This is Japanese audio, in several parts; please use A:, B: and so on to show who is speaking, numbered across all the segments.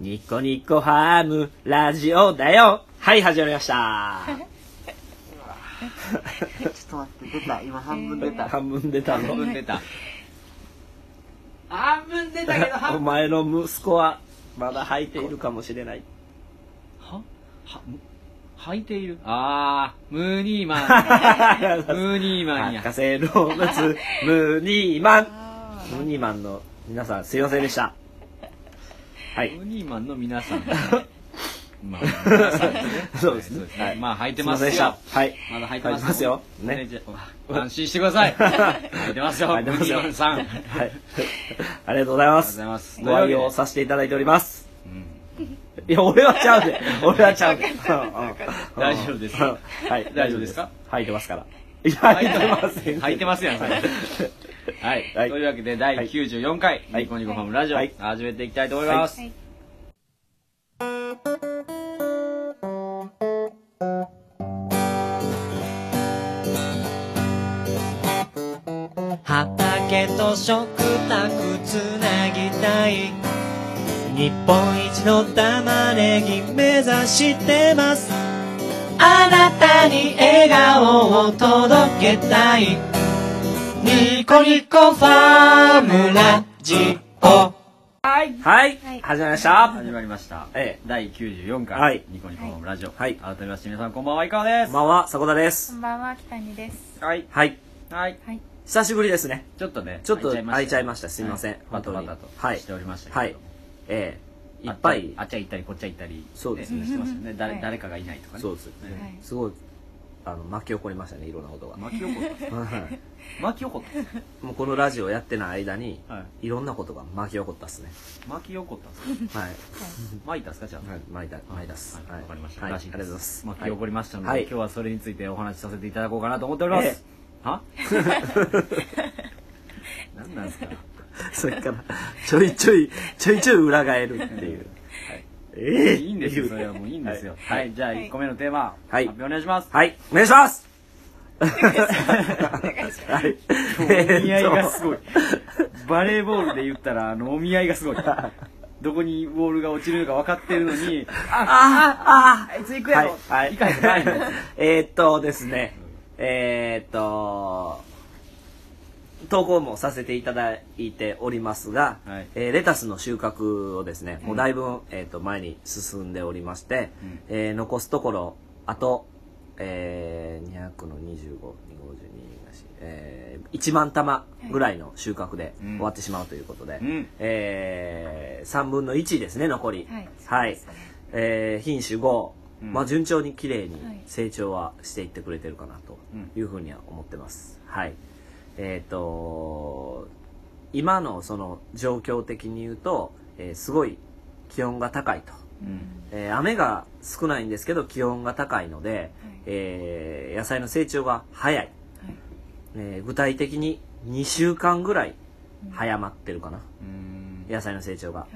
A: ニコニコハムラジオだよはい、始まりました。
B: ちょっと待って、出た。今半分出た。
A: 半分出たの。
C: 半分出た。
B: 半分出たけど、
A: お
B: 半分。
A: 前の息子は、まだ履いているかもしれない。
C: はは、む履いているあー、ムーニーマン。ムーニーマンや
A: 博。士の持つムーニーマン。
B: あ
A: ムーニーマンの皆さん、すいませんでした。はい
C: ム。ーニーマンの 皆さん。まあ、皆さんね
A: そうですね
C: はいねまあ、履い
A: す
C: て
A: いま
C: ま
A: せん
C: す
A: でした
C: よ。
A: はい。
C: まだ履いてます
A: ますよ。
C: ね。
A: ね。
C: じゃあ安心してく ださい。履いてますよ。ム
A: 履い
C: ーニ
A: てます
C: ー
A: よ
C: マンさん。あり
A: はい。ありがとうございま
C: がとうご
A: す
C: ざい。ます。
A: ご愛用
C: というわ
A: させていただいております。
C: けでうん
A: いや、俺はちゃう で。俺はちゃうで。うんうん
C: 大丈夫です
A: うんはい。
C: 大丈夫ですか
A: 履いてますから。いや、履いてません。
C: 履いてますやんそれはい、
A: はい
C: というわけで第94回、
A: はい
C: ニコニコファムラジオ、
A: はい
C: 始めていきたいと思います、
A: は
B: はい
D: 畑と食卓つなぎたい日本一の玉ねぎ目指してますあなたに笑顔を届けたいニコニコファームラジオ
A: はい
B: はい。
A: 始まりました。
C: 始まりました、
A: ええ
C: 第94回、
A: はい
C: ニコニコファムラジオ、
A: はい
C: 改めまして皆さんこんばんはいかがで
A: こん
C: す
A: ばんは、迫田で
B: こ
A: す。
B: んばんは、北にです。
C: はい
A: はい。
C: はい
B: はい。
A: 久しぶりですね。
C: ちょっとね
A: ちょっと
C: 開
A: 開いちゃいましたすいません
C: はバタバ
A: 本
C: タ
A: 当には
C: と
A: い
C: しておりましたけど、
A: はい。ええいっぱい
C: あ、っちゃ行ったりこっちゃ行ったり
A: そうです
B: ね
C: してましたよね誰,、
B: はい
C: 誰かがいないとかね
A: そうです。
B: はい
A: すごい、あの、巻き起こりましたね、いろんなことが。
C: 巻き起こった
A: はい
C: 巻き起こった
A: もうこのラジオやってない間に、、
C: はい
A: ろんなことが巻き起こったっすね。
C: 巻き起こったんですか
A: はい。
C: 巻いたんですかじゃあ
A: はい、巻いた、巻いたっす。
C: はい、わかりました。
A: はい、あ
C: ら
A: り
C: しい
A: が
C: で
A: とうございます。
C: まあ、起こりましたので、
A: はい
C: 今日はそれについてお話しさせていただこうかなと思っております。
A: え
C: は 何なんですか
A: それから、ちょいちょい、ちょいちょい裏返るっていう。ええ
C: いい んですよ、それはもういいんですよ。はい、じゃあ
B: はい
C: 1個目のテーマ、
A: はい
C: 発表お願いします。
A: はい、お願いします はい。
C: お見合いがすごい。バレーボールで言ったら、あの、お見合いがすごい。どこにボールが落ちるのか分かってるのに、
A: ああ、あ
C: あいつ
A: あ
C: 行くやろ、
A: はい、はい
C: 行かへんのかいの。
A: えーっとですね、えーっと、投稿もさせていただいておりますが、
C: はい
A: えーレタスの収穫をですね、もうだいぶ、えーっと前に進んでおりまして、
C: うん
A: えー残すところ、あと、えー200の25、252、えー、1万玉ぐらいの収穫で
C: うん
A: 終わってしまうということで、
C: うん
A: えー、3分の1ですね、残り。
B: はい
A: はい
B: そうですね
A: えー品種5、
C: うん
A: まあ、順調に綺麗に
B: はい
A: 成長はしていってくれてるかなというふうには思ってます、はいえっ、と今のその状況的に言うと、えーすごい気温が高いと、
C: うん
A: えー雨が少ないんですけど気温が高いので、えー野菜の成長が早い、
B: はい
A: えー具体的に2週間ぐらい早まってるかな、
C: うん
A: 野菜の成長が、
B: はい。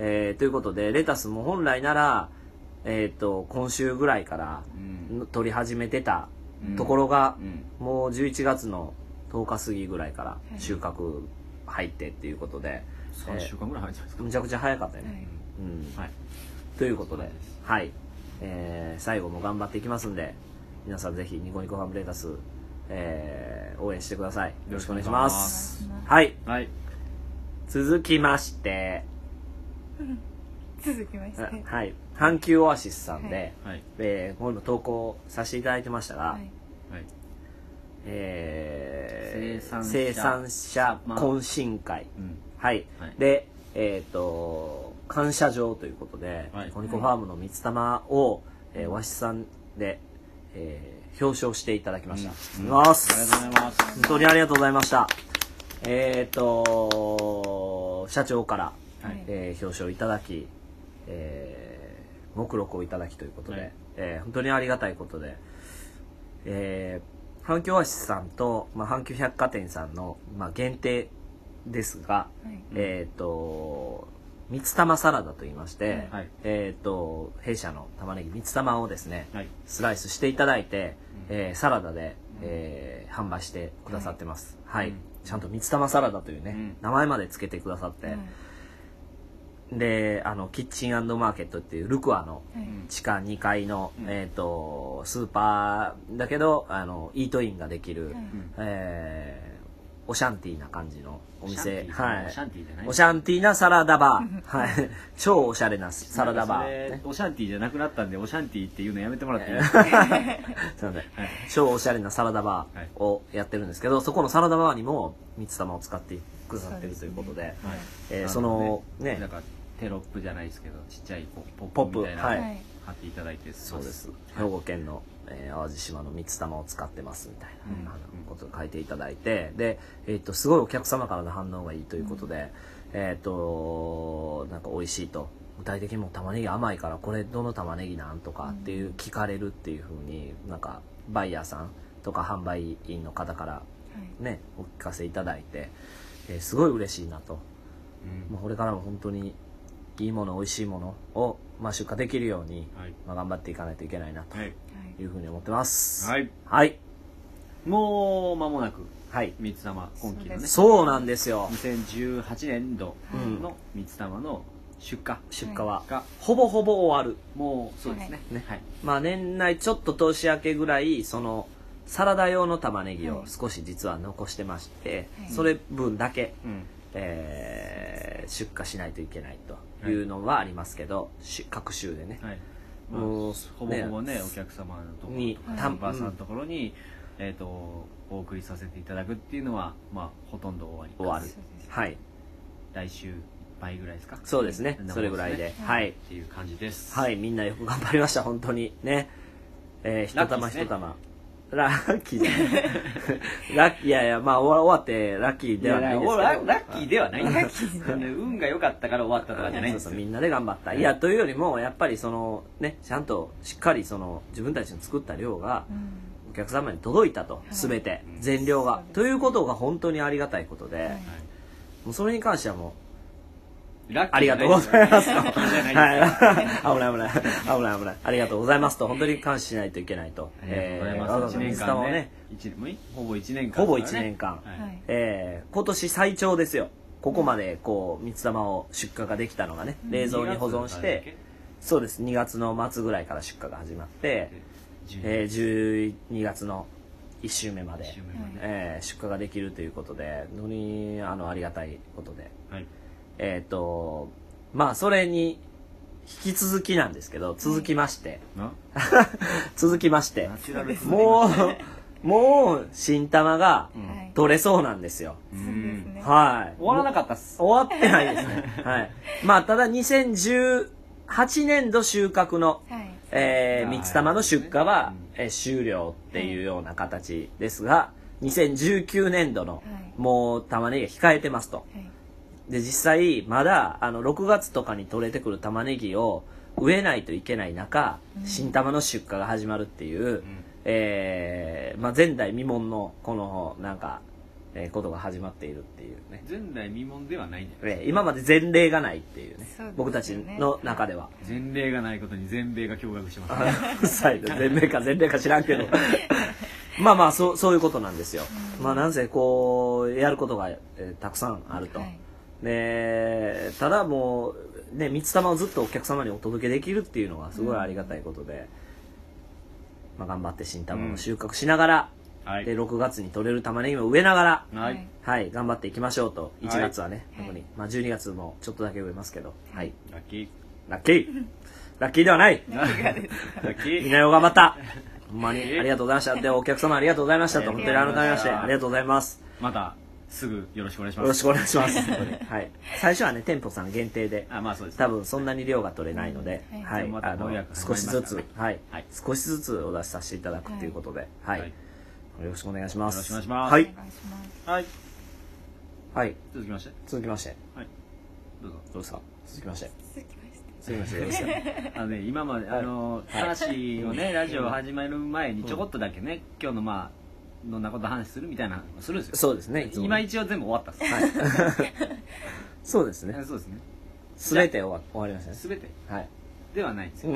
A: えーということでレタスも本来なら、えー、と今週ぐらいから
C: うん
A: 取り始めてた
C: うん
A: ところが
C: う、ん
A: もう11月の10日過ぎぐらいから
B: い
A: 収穫入ってっていうことで、
C: 3週間ぐらい入ってたんですか
A: むちゃくちゃ早かったよ
B: は
A: ね、
B: い。
A: うん
C: はい
A: ということで
C: そうです
A: はい、えー最後も頑張っていきますんで皆さんぜひニコニコファムレタス、えー応援してくださいよろしくお願いします
B: よろしくお願いします
A: はい
C: はい
A: 続きまして、
B: 続きまし
A: あ
B: て。はい。
A: はい阪急オアシスさんで、
B: はい
C: はい
A: えー、こういうの投稿させていただいてましたが、
C: はい
A: えー
C: 生産者
A: 生産者懇親会、
C: うん
A: はい、
C: はい
A: でえっ、と感謝状ということで、
C: はい
A: コニコファームの三つ玉を、えー、和紙さんで、えー表彰していただきました、
C: うん
A: うわっす
C: ありがとうございます
A: 本当にありがとうございましたえっ、と社長から、
B: はい
A: えー表彰いただき、えー目録をいただきということで、
C: はい
A: えー本当にありがたいことで、えー、阪急オアシスさんと、まあ、阪急百貨店さんの、まあ、限定ですが、
B: はい。
A: えっ、と三つ玉サラダと言いまして、
C: はい
A: えっ、と弊社の玉ねぎ三つ玉をですね、
C: はい
A: スライスしていただいて、
C: うん
A: えーサラダで、えー販売してくださってますはい、
C: うん
A: ちゃんと三つ玉サラダというね、
C: うん
A: 名前までつけてくださって、
B: はい
A: であのキッチンマーケットっていうルクアの
B: はい
A: 地下2階の、
C: うん
A: えー、とスーパーだけどあのイートインができる、
B: はい
A: えーオシャンティーな感じのお店
C: シャンティー
A: はい
C: オシャンティーじゃない
A: オシャンティーなサラダバ ー、はい、超おしゃれなサラダバー、
C: なんか
A: ね
C: それオシャンティーじゃなくなったんでオシャンティーっていうのやめてもらっていい
A: え
C: です
A: ー
C: か
A: すいません超おしゃれなサラダバーをやってるんですけど、そこのサラダバーにも三つ玉を使ってくださってるということで
B: そうですね
A: えーそのね
C: なんかテロップじゃないですけどちっちゃいこう
A: ポ
C: ポ
A: ッ
C: ッ
A: プ
C: プみたいな
A: は
C: の
A: い
C: を
B: はい
C: 貼っていただいてます
A: そうです兵庫県の、えー淡路島の三つ玉を使ってますみたいな、
C: うん
A: あのことを書いていただいてで、えーっとすごいお客様からの反応がいいということで、えーっとなんか美味しいと具体的にもう玉ねぎ甘いからこれどの玉ねぎなんとかっていう聞かれるっていうふうになんかバイヤーさんとか販売員の方からねお聞かせいただいて、えーすごい嬉しいなと
C: うん
A: もうこれからも本当にいいもの美味しいものを、まあ、出荷できるように、
C: はい
A: まあ、頑張っていかないといけないなと
C: はい
B: はい
A: いうふうに思ってます
C: はい
A: はい、
C: もう間もなく
A: はい
C: 三つ玉今期のね
A: そうなんですよ
C: 2018年度の三つ玉の出荷
A: 出荷は、
C: が
A: ほぼほぼ終わる
C: もうそうですね
A: ね
C: はい
A: まあ年内ちょっと年明けぐらいそのサラダ用の玉ねぎを
B: はい
A: 少し実は残してまして、
B: はい
A: それ分だけ、
C: うん
A: えー出荷しないといけないというのはありますけど、し各州でね、
C: はいまあ
A: もう
C: ほぼほぼねお客様のところ
A: に
C: とか
B: た
C: タンパーさんのところにえっとお送りさせていただくっていうのはまあほとんど終わり
A: 終わる
B: そうです
A: はい
C: 来週いっぱいぐらいですか
A: そうですね
C: うん
A: それぐらいで、は
B: はい
C: っ、ていう感じです
A: はい、みんなよく頑張りました、本当に。ね。えー、一
C: ラッキー
A: 玉
C: ですね
A: 一玉。ラッキーじゃない。ラッキー、いやいや、まあ終わ終わってラッキーではないですけど。
C: やララッキーではないんだ
B: ラッキーじゃない
C: 運が良かったから終わったとかじゃないん
A: そう
C: です
A: そ
C: よ
A: うみんなで頑張った。いや、というよりも、やっぱりその、ね、ちゃんとしっかりその、自分たちの作った量が、
B: うん
A: お客様に届いたと、
B: い
A: すべて、
C: うん
A: 全量
B: そう
A: が
B: で。す
A: ということが本当にありがたいことで、
B: はい
C: はい
A: もうそれに関してはもう、
C: ラッキー
A: ありがとうございますと。はい。危
C: じゃない
A: ない危ない。危ない危ない。ありがとうございますと。本当に感謝しないといけないと。
C: ありがとうござい
A: えーわざ
C: ま
A: わ
C: す。
A: ざ
C: 一年
A: 水玉を
C: 間
A: ね
C: ね。。一年もうほぼ一年間。
A: ほぼ1年間。
C: はい。
B: はい
A: えー今年最長ですよ。ここまでこう、三つ玉を出荷ができたのがね、
B: うん
A: 冷蔵に保存して、、そうです。2月の末ぐらいから出荷が始まって、えー12月の1週目まで、えー出荷ができるということで、本当にあのありがたいことで。
C: はい。
A: えっ、と、まあ、それに、引き続きなんですけど、続きまして、
C: な
A: 続きまして
C: ナ、チュラルフード
A: もう、もう、新玉が
C: うん
B: はい
A: 取れそうなんですよ。
C: うん
B: そうですね
A: はい。
C: 終わらなかったっす。
A: 終わってないですね。 はい。まあ、ただ、2018年度収穫の、
B: はい
A: えー、三つ玉の出荷は、
C: う
A: えー終了っていうような形ですが、2019年度の、
B: い
A: もう玉ねぎが控えてますと。
B: はい
A: で実際まだあの6月とかに取れてくる玉ねぎを植えないといけない中、
B: うん
A: 新玉の出荷が始まるっていう、
C: ん
A: えーまあ、前代未聞のこのなんか、えーことが始まっているっていうね、
C: 前代未聞ではないんじゃない
A: えー今まで前例がないっていうね
B: そうですよね
A: 僕たちの中では。
C: 前例がないことに全米が驚愕してます。
A: うるさいね全米か全米か知らんけど まあまあそうそういうことなんですよ、まあなんせこうやることが、えーたくさんあると、
B: はい
A: でただもうね三つ玉をずっとお客様にお届けできるっていうのはすごいありがたいことで、まあ、頑張って新玉を収穫しながら、
C: はい
A: で。6月に取れる玉ねぎも植えながら
C: は
B: はい
C: い。
A: はい頑張っていきましょうと1月はね、
B: はい
A: 特に、まあ、12月もちょっとだけ植えますけどはい
C: ラッキー。
A: ラッキー ラッキーでは ない
C: ラッキ
A: みん
C: ー。
A: なよ頑張ったほんまにありがとうございましたでお客様ありがとうございましたと
C: あ
A: 本
C: り
A: 当に
C: がと
A: 改
C: う
A: め
C: ござい
A: まし
C: ました
A: てありがとうございます
C: また、すぐよろしくお願いし
A: よ
C: ます。
A: ろしくお願いします本当にはい最初はね店舗さん限定で
C: あ、まあそうですね。
A: 多分そんなに量が取れないので、
B: はい
A: はい
C: じゃあまた
A: あの
C: ご予約始
A: 少
C: まりま
A: し
C: した
A: ずつ、はい
C: はい
A: 少しずつお出しさせていただくということで、はい
C: はい
A: よろしくお願いします。
C: よろしくお願いします
A: は
B: お
A: い、
B: 願いします
C: はい。
A: はい、
C: 続きまして。
A: 続きまして、
C: はい。どうぞ。
A: どうですか続きまして、
B: 続きまして
A: 続きまして、よろしく。
C: あのね、今まで、あの、話をね、ラジオ始める前にちょこっとだけね、今日のまあ、どんなこと話するみたいなのをするんですよ。
A: そうですね、いつも
C: 今一応全部終わったっす。
A: そうですね
C: え、そうですね。
A: すべて終わ終わりましたね。
C: すべて
A: はい、
C: ではないんですよ。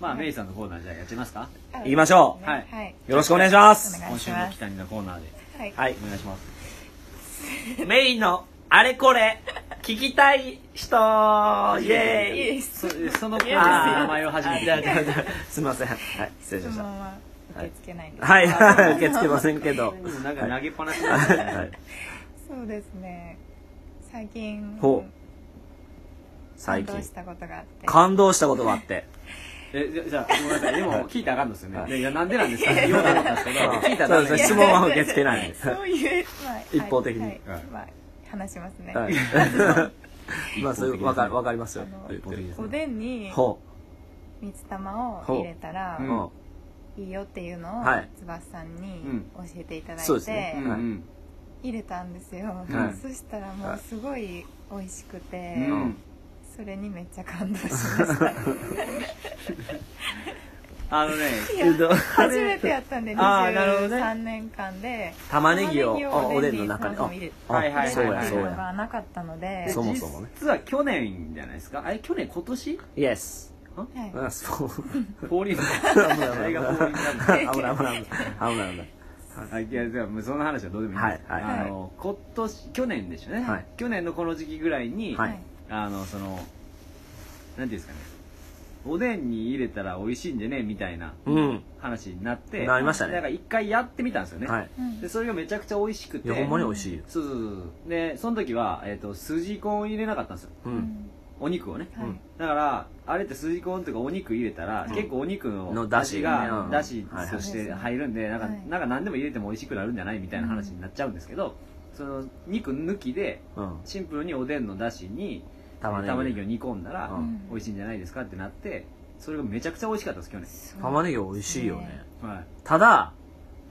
C: まあ、メイさんのコーナーじゃあやってみますか
B: あ
A: 行きましょう
B: はい
C: は
B: はい
A: よろしくお願いしま
B: お
A: す。
B: 願い
C: 今
B: し
C: 週の
B: ま
C: 北
B: す
C: 谷のコーナーで。
B: はい
A: はい
C: お、願いします。
A: メインのあれこれ聞きたい人イエーイ
B: いいです
C: そその子の
A: あー
C: 名前を初めて
A: あじゃあじゃあすいませんはい失礼しま
B: 質
A: した
B: 問は受け付けないんです
A: はいはい 受け
B: け
A: 付けませんけど
C: なんか投げっぱなしになってたね
A: はい
B: そうですね最近
A: ほう最
B: 感動
A: 近
B: したことがあって
A: 感動したことがあって
C: え じゃじゃあごめんなさいでも
A: はい
C: 聞いたらあかんのですよね、
A: はい
C: い、やなんでなんですかって言おうと思ったんで すけど聞いたら
A: そ
C: ダ
A: う
C: メ
A: ですね質問は受け付けないんです
B: そういう、まあ、はい
A: 一方的に
B: はい
C: はい
B: まあ、話しますね、
A: はいまあそういうわかわかりますよ
B: あの
A: 言ってる
B: おでんに
A: ほ
B: 水玉を入れたら
A: う
C: ほ
A: うん
B: いいよっていうのを
A: はい
B: 翼さんに教えていただい
A: そうです
B: て
A: ね
C: うんうん
B: 入れたんですよ
A: はい
B: そしたらもうすごい美味しくて
C: うん
B: それにめっちゃ感動しました
C: あのね
B: い
A: えっと
B: や初めてやったんで
A: あーなるほどね
B: 23年間で
A: 玉ねぎを
B: 玉ねぎ
A: あ
B: を
A: おでんの中に
B: おでんに
A: あ
C: はいはい
A: あそうや
B: 入
A: そう
B: れたっていうの
A: や
B: がなかったので
A: そもそもね
C: 実は去年じゃないですかあれ去年今年
A: Yes
B: はい
A: うんそう
C: フォーリンダ
A: 危
C: あ
A: ない危
C: れがフォーリンダム
A: ない危ない危ない危ない危ない
C: あいやじゃあもうそんな話はどうでもいいんです、
A: はいはい
C: あの今年去年でしょうね、
A: はい
C: 去年のこの時期ぐらいに、
A: はい
C: あのそのなんていうんですかねおでんに入れたら美味しいんでねみたいな
A: うん
C: 話になって
A: なりましたね
C: だから一回やってみたんですよね、
A: はい
B: うん
C: でそれがめちゃくちゃ美味しく
A: い
C: て
A: やほんまに美味しいよ
C: そうそうそうそうでその時は、えー、と筋コン入れなかったんですよ
A: う
B: うんん
C: お肉をね
B: はい
A: うん
C: だからあれって筋コンとかお肉入れたら、
A: うん
C: 結構お肉の
A: の出汁がね
C: が
A: うん
C: 出汁とし
B: はい
C: て
B: はい
C: 入るんで、なんか、
B: はい
C: なんか何でも入れても美味しくなるんじゃないみたいな話になっちゃうんですけど、その肉抜きで
A: うん
C: シンプルにおでんの出汁に
A: 玉
C: 玉
A: ねぎ
C: ねぎを煮込んだら、
A: うん
C: 美味しいんじゃないですかってなってそれがめちゃくちゃ美味しかったです去年、
B: そう
A: 玉ねぎ美味しいよね
B: ね
C: はい、
A: ただ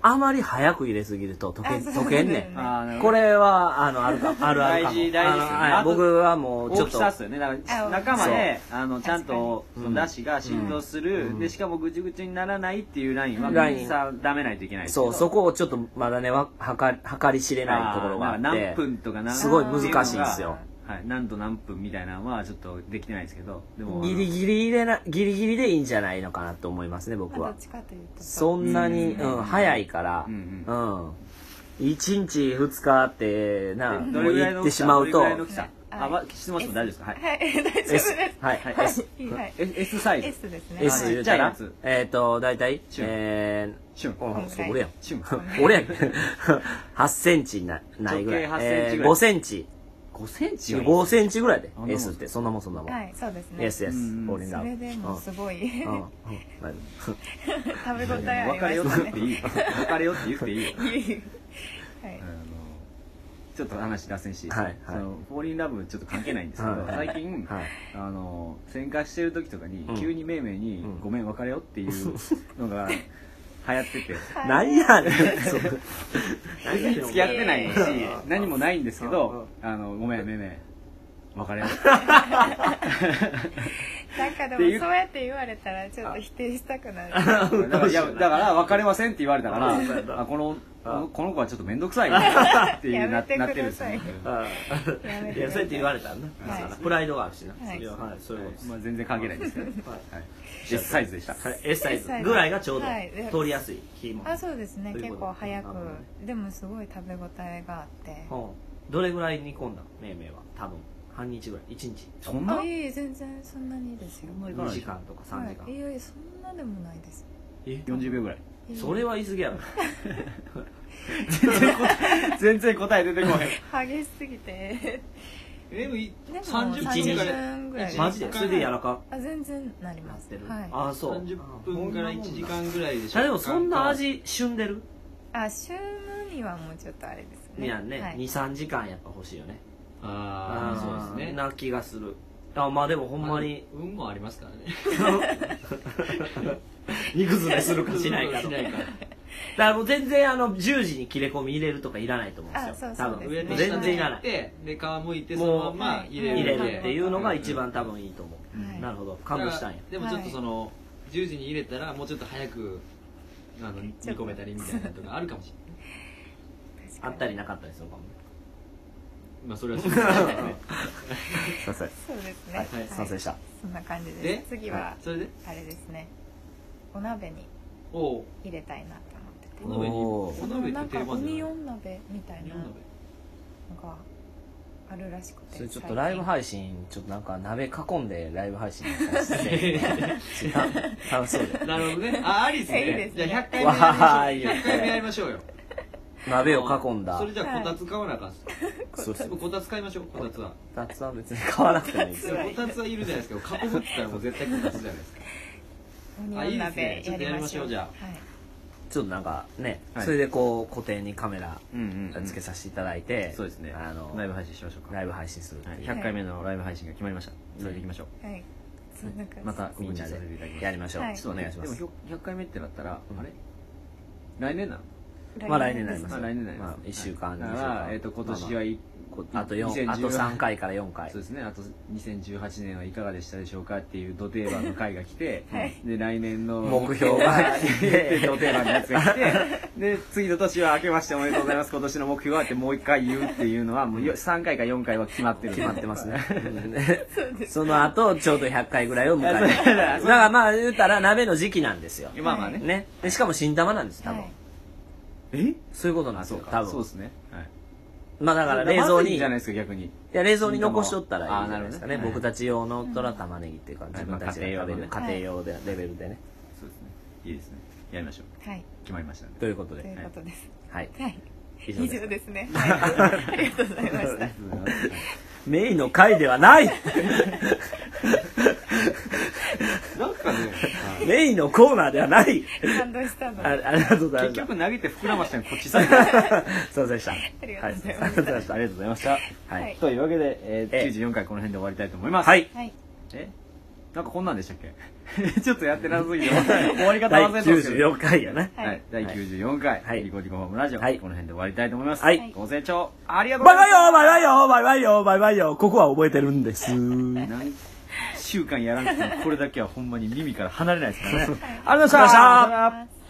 A: あまり早く入れすぎると溶け
B: あそう
A: 溶けんね
B: そうんね
C: あーなるほ
A: こ
C: ど
A: れはあのある かあるあるかも
C: 大事大事ですよね
A: あのはい
C: あと
A: 僕はもうちょ
C: 大
A: っ
C: き
A: と
C: さっすよねだから
B: あ
C: 中まであのちゃんと
A: 確かに
C: そのだしが浸透する、
A: うん
C: でしかもぐちゅぐちゅにならないっていうラインは
A: ライン
C: さダメないといけないですけ
A: そ
C: ど
A: うそこをちょっとまだねわ測り測り知れないところがあ
C: な
A: っ
C: んか
A: て
C: 何分とか何
A: すごい難しいんですよ
C: はい、何度何分みたいなのはちょっとできてないですけどでも
A: ギリギリ入れなギリギリでいいんじゃないのかなと思いますね僕
B: まあ
A: は
B: どっちかというと
A: そんなに、
C: うん
A: うん、早いから、
C: う
A: うんん1日2日ってな
C: あの
A: も
C: どれ
A: う
C: ぐらい
A: 言
C: の
A: っ
C: 大
A: て
C: き
A: し
C: さ
A: まう
C: ど
A: と
C: れぐらいの大きさあ、ま、質問しても大丈夫ですかは、
B: はいい 大丈夫です
A: S はいはい
B: はい
A: S,
B: はい
C: S, S サイズ
B: S ですね
A: S
C: はい
A: 言うたら
C: ちっちゃいやつ
A: えっ、と大体
C: チュン
A: え
C: シュン
A: ー、あそう俺やん
C: シュン
A: 俺やん 8センチなないぐらい
C: 直径8センチぐらい
A: えー5センチ
C: 5センチより
A: 5センチぐらいで
C: あんなもん
A: S ってそんなもんそんなもん、
B: はいそうですね
A: Yes,
C: うん
A: yes. 俺
B: そ
A: な。
B: れでもすごい食
A: う んうんはい
B: べ応えあり
C: 別
B: ま
C: れよ
B: し
C: ったて言って
B: ね
C: いい別れよって言っていいよ
B: はい
C: あのちょっと話脱線していいですか、
A: はいはい
C: そのフォーリンラブちょっと関係ないんですけど、
A: はい
C: 最近、
A: はい
C: あの喧嘩してる時とかに、
A: うん
C: 急にめいめいに、
A: うん
C: ごめん別れよ」っ ていうのが流行ってて
A: 何 やねん。そう
C: 別に付き合ってないし
A: うん
C: 何もないんですけど「あのごめんめいめい別れよう」
B: なんかで
C: っていう
B: もそうやって言われたらちょっと否定したくなる
C: だか らいやだから別れませんって言われたか
A: そうそうそう
C: らあこの
A: あ
C: この子はちょっと面倒くさ いなっていうな
B: やめて
C: なってるんですよ
B: ください
C: ね、
B: やめ
A: い
B: てください
A: やそうやって言われたんだ、
B: はい
A: プライドがあるしな、
B: はい
A: それははいそういうことです、
C: まあ、全然関係ないですけど、
A: は
C: はい、S サイズでした
A: いはい、S サイ
B: S
A: ズ
B: サイズ
A: ぐらいがちょうど
B: はい
A: 通りやすいキーマン
B: あそうですね
A: という
B: 結
A: こと
B: 構早く
A: なるほどね
B: でもすごい食べ応えがあって
A: ほうどれぐらい煮込んだのめいめいは多分半日ぐらい1日
C: そん
B: あ
C: ない
B: えいえ全然そんなにですよ
A: 2時間とか3時間、
B: はいいえいえそんなでもないです
A: え
C: 40秒ぐらい
B: いえいえ
A: それは言い過ぎやろ
C: 全然答え 全然答え出てこない
B: 激しすぎて
C: でもい
B: でも
C: 30
A: 1-2
B: 30
A: ぐらい
B: 分ぐらい
C: 一時間
A: マジでそれで柔らか
B: あ全然なります
A: なってる
B: はい
A: あそう
E: 30分から1時間ぐらいでしょ
A: あでもそんな味旬でる
B: あ週ムにはもうちょっとあれですね
A: いやね、
B: はい
A: 23時間やっぱ欲しいよね
E: ああそうですね
A: な気がするあまあでもほんまに
E: あの運もありますからね
A: 煮崩れするかしないか
E: し
A: とか
E: ないか
A: だからもう全然あの10時に切れ込み入れるとかいらないと思うんですよ
B: あそうそう
A: 多
B: で
E: 上
A: 分
B: す
E: と
B: ね
A: 全
E: 下
A: 然
E: に
A: いらな
E: 行っ
A: い
E: てで皮むいてそのまんま
B: もう
E: 入れる
A: 入れ
E: ん
A: る
E: で
A: っていうのが一
E: うん
A: 番多分いいと思う、
B: はい
A: なるほど感動したんや
E: だからでもちょっとその、10時に入れたらもうちょっと早くあの煮込めたりみたいなのとかあるかもしれない
A: あっ
B: 確か
A: た
B: に
A: りなかったりするかもね
E: まあそれはそうですね
A: すいません
B: そうですね
A: はいすいませんでした
B: そんな感じで
E: です
B: 次は
E: それで
B: あれですねお鍋に
E: おう
B: 入れたいなと思ってて
E: お鍋に
A: お
E: お
A: ー
E: 鍋
B: な
E: っ
B: ん
E: て
B: か
E: 定
B: オ
E: 番じ
B: ニ
E: ゃ
B: オ
E: ない
B: ン鍋みたい
E: オ
B: な
E: ニオン
B: の
E: 鍋
B: があるらしくて
A: それちょっと
B: 最近
A: ライブ配信ちょっとなんか鍋囲んでライブ配信させ て楽しそうで
E: なるほどね。あ、ありです
B: いい
E: ね
B: で。す
E: じゃ
B: ね
E: あ100回目
A: わ
E: や
A: ーい
E: りましょう。100回目やりましょうよ。
A: 鍋を囲んだ
E: それじゃあこたつ買わなあかんっす。
A: そうですね
E: こたつ買いましょう、こたつは。
A: 二つは別に買わなくてもいいで
E: い
A: す
E: やこたつはいるじゃないですか。囲むって言ったらもう絶対こたつじゃないですか。
B: オニオ
E: あいい
B: ン
E: です
B: 鍋
E: ねちょ
B: や
E: っと
B: り
E: やりま
B: ま
E: し
B: し
E: ょ
B: ょ
E: う
B: う
E: じゃ
B: はい
A: ちょっとなんかね、
C: はい
A: それでこう固定にカメラ
C: うんうんうん
A: つけさせていただいて、
C: そうですね
A: あの
C: ライブ配信しましょうか
A: ライブ配信するって
C: はい
A: いう、
C: 100回目のライブ配信が決まりましたそれでいきましょう
B: はいそうなんか
C: また
A: みんなでやりましょう、
B: はい
A: ちょっとお願いしま
C: ですも100回目ってなったら
A: うん
C: あれ来年なの
A: まあ来年になり
B: です
A: ま
C: まあ
A: す
C: 来年になりま
A: ま
C: す
A: あ一週間
C: だ
A: 二週
C: から
A: 間
C: えっと今年はい
A: こあと四
C: 2018
A: あと3回から4回
C: そうですねあと2018年はいかがでしたでしょうかっていうド定番の回が来 て、で来年の
A: 目標 が
C: ド定番のやつが来てで次の年は明けましておめでとうございます今年の目標はってもう一回言うっていうのはもう3回か4回は決まってる
A: 決まってます ね
B: そうです
A: その後ちょうど100回ぐらいを迎えて
C: そう
A: だからまあ言うたら鍋の時期なんですよ、
C: まあまあね、
A: ね、でしかも新玉なんです多分、
B: はい
C: え
A: そういうことなん
C: あ
A: です
C: そう
A: よ
C: か
A: 多
C: そう
A: 分
C: ですね、はい、
A: まあだから冷蔵
C: まずい
A: に
C: いんじゃないですか逆に
A: いや冷蔵に残しとったらいいんじゃないですかね
C: あーなるほど
A: 僕
C: ね
A: たち用のトラ玉ねぎっていうか
C: ん
A: 自分たちが食べる
C: は
A: 家
B: い
A: 庭用でレベルでね
C: そうですねいいですねやりましょう
B: はい
C: 決まりましたね
A: ということ
B: とい
A: で
B: うことです
A: はい
B: はい
A: 以
B: 以
A: 上です
B: 上ですねはい ありがとうございました
A: メインの回ではない
E: なん かね、
A: メインのコーナーではない
B: 感動したの
A: ああ
B: で
A: りがとうございまし
C: 結
A: た
C: 局投げて膨らましたのこっちサイドあ
A: すいませんでした
B: ありがとうござい
A: は
B: ま
A: いすいま
B: した
A: せんでした
C: りがとうございました
A: はい
B: はい
C: というわけで、えー
A: ええ
C: 94回この辺で終わりたいと思います。
A: はい
B: はい
C: えなんかこんなんでしたっけ ちょっとやってなさ すぎて、終わり方忘れてますけど。
A: 94回やね
B: はい
C: はい、第94回、
A: はい
C: リコリコホームラジオ、
A: はい
C: この辺で終わりたいと思います。
A: はい
C: ご清聴ありがとうご
A: バイ
C: ざ
A: バ
C: い
A: イ
C: ま
A: よバイバイよバイバイよバイバイよここは覚えてるんです
C: す。何 週間やらなくても、これだけはほんまに耳から離れないですからね。ありがとうご
A: ありがとうございました
C: た。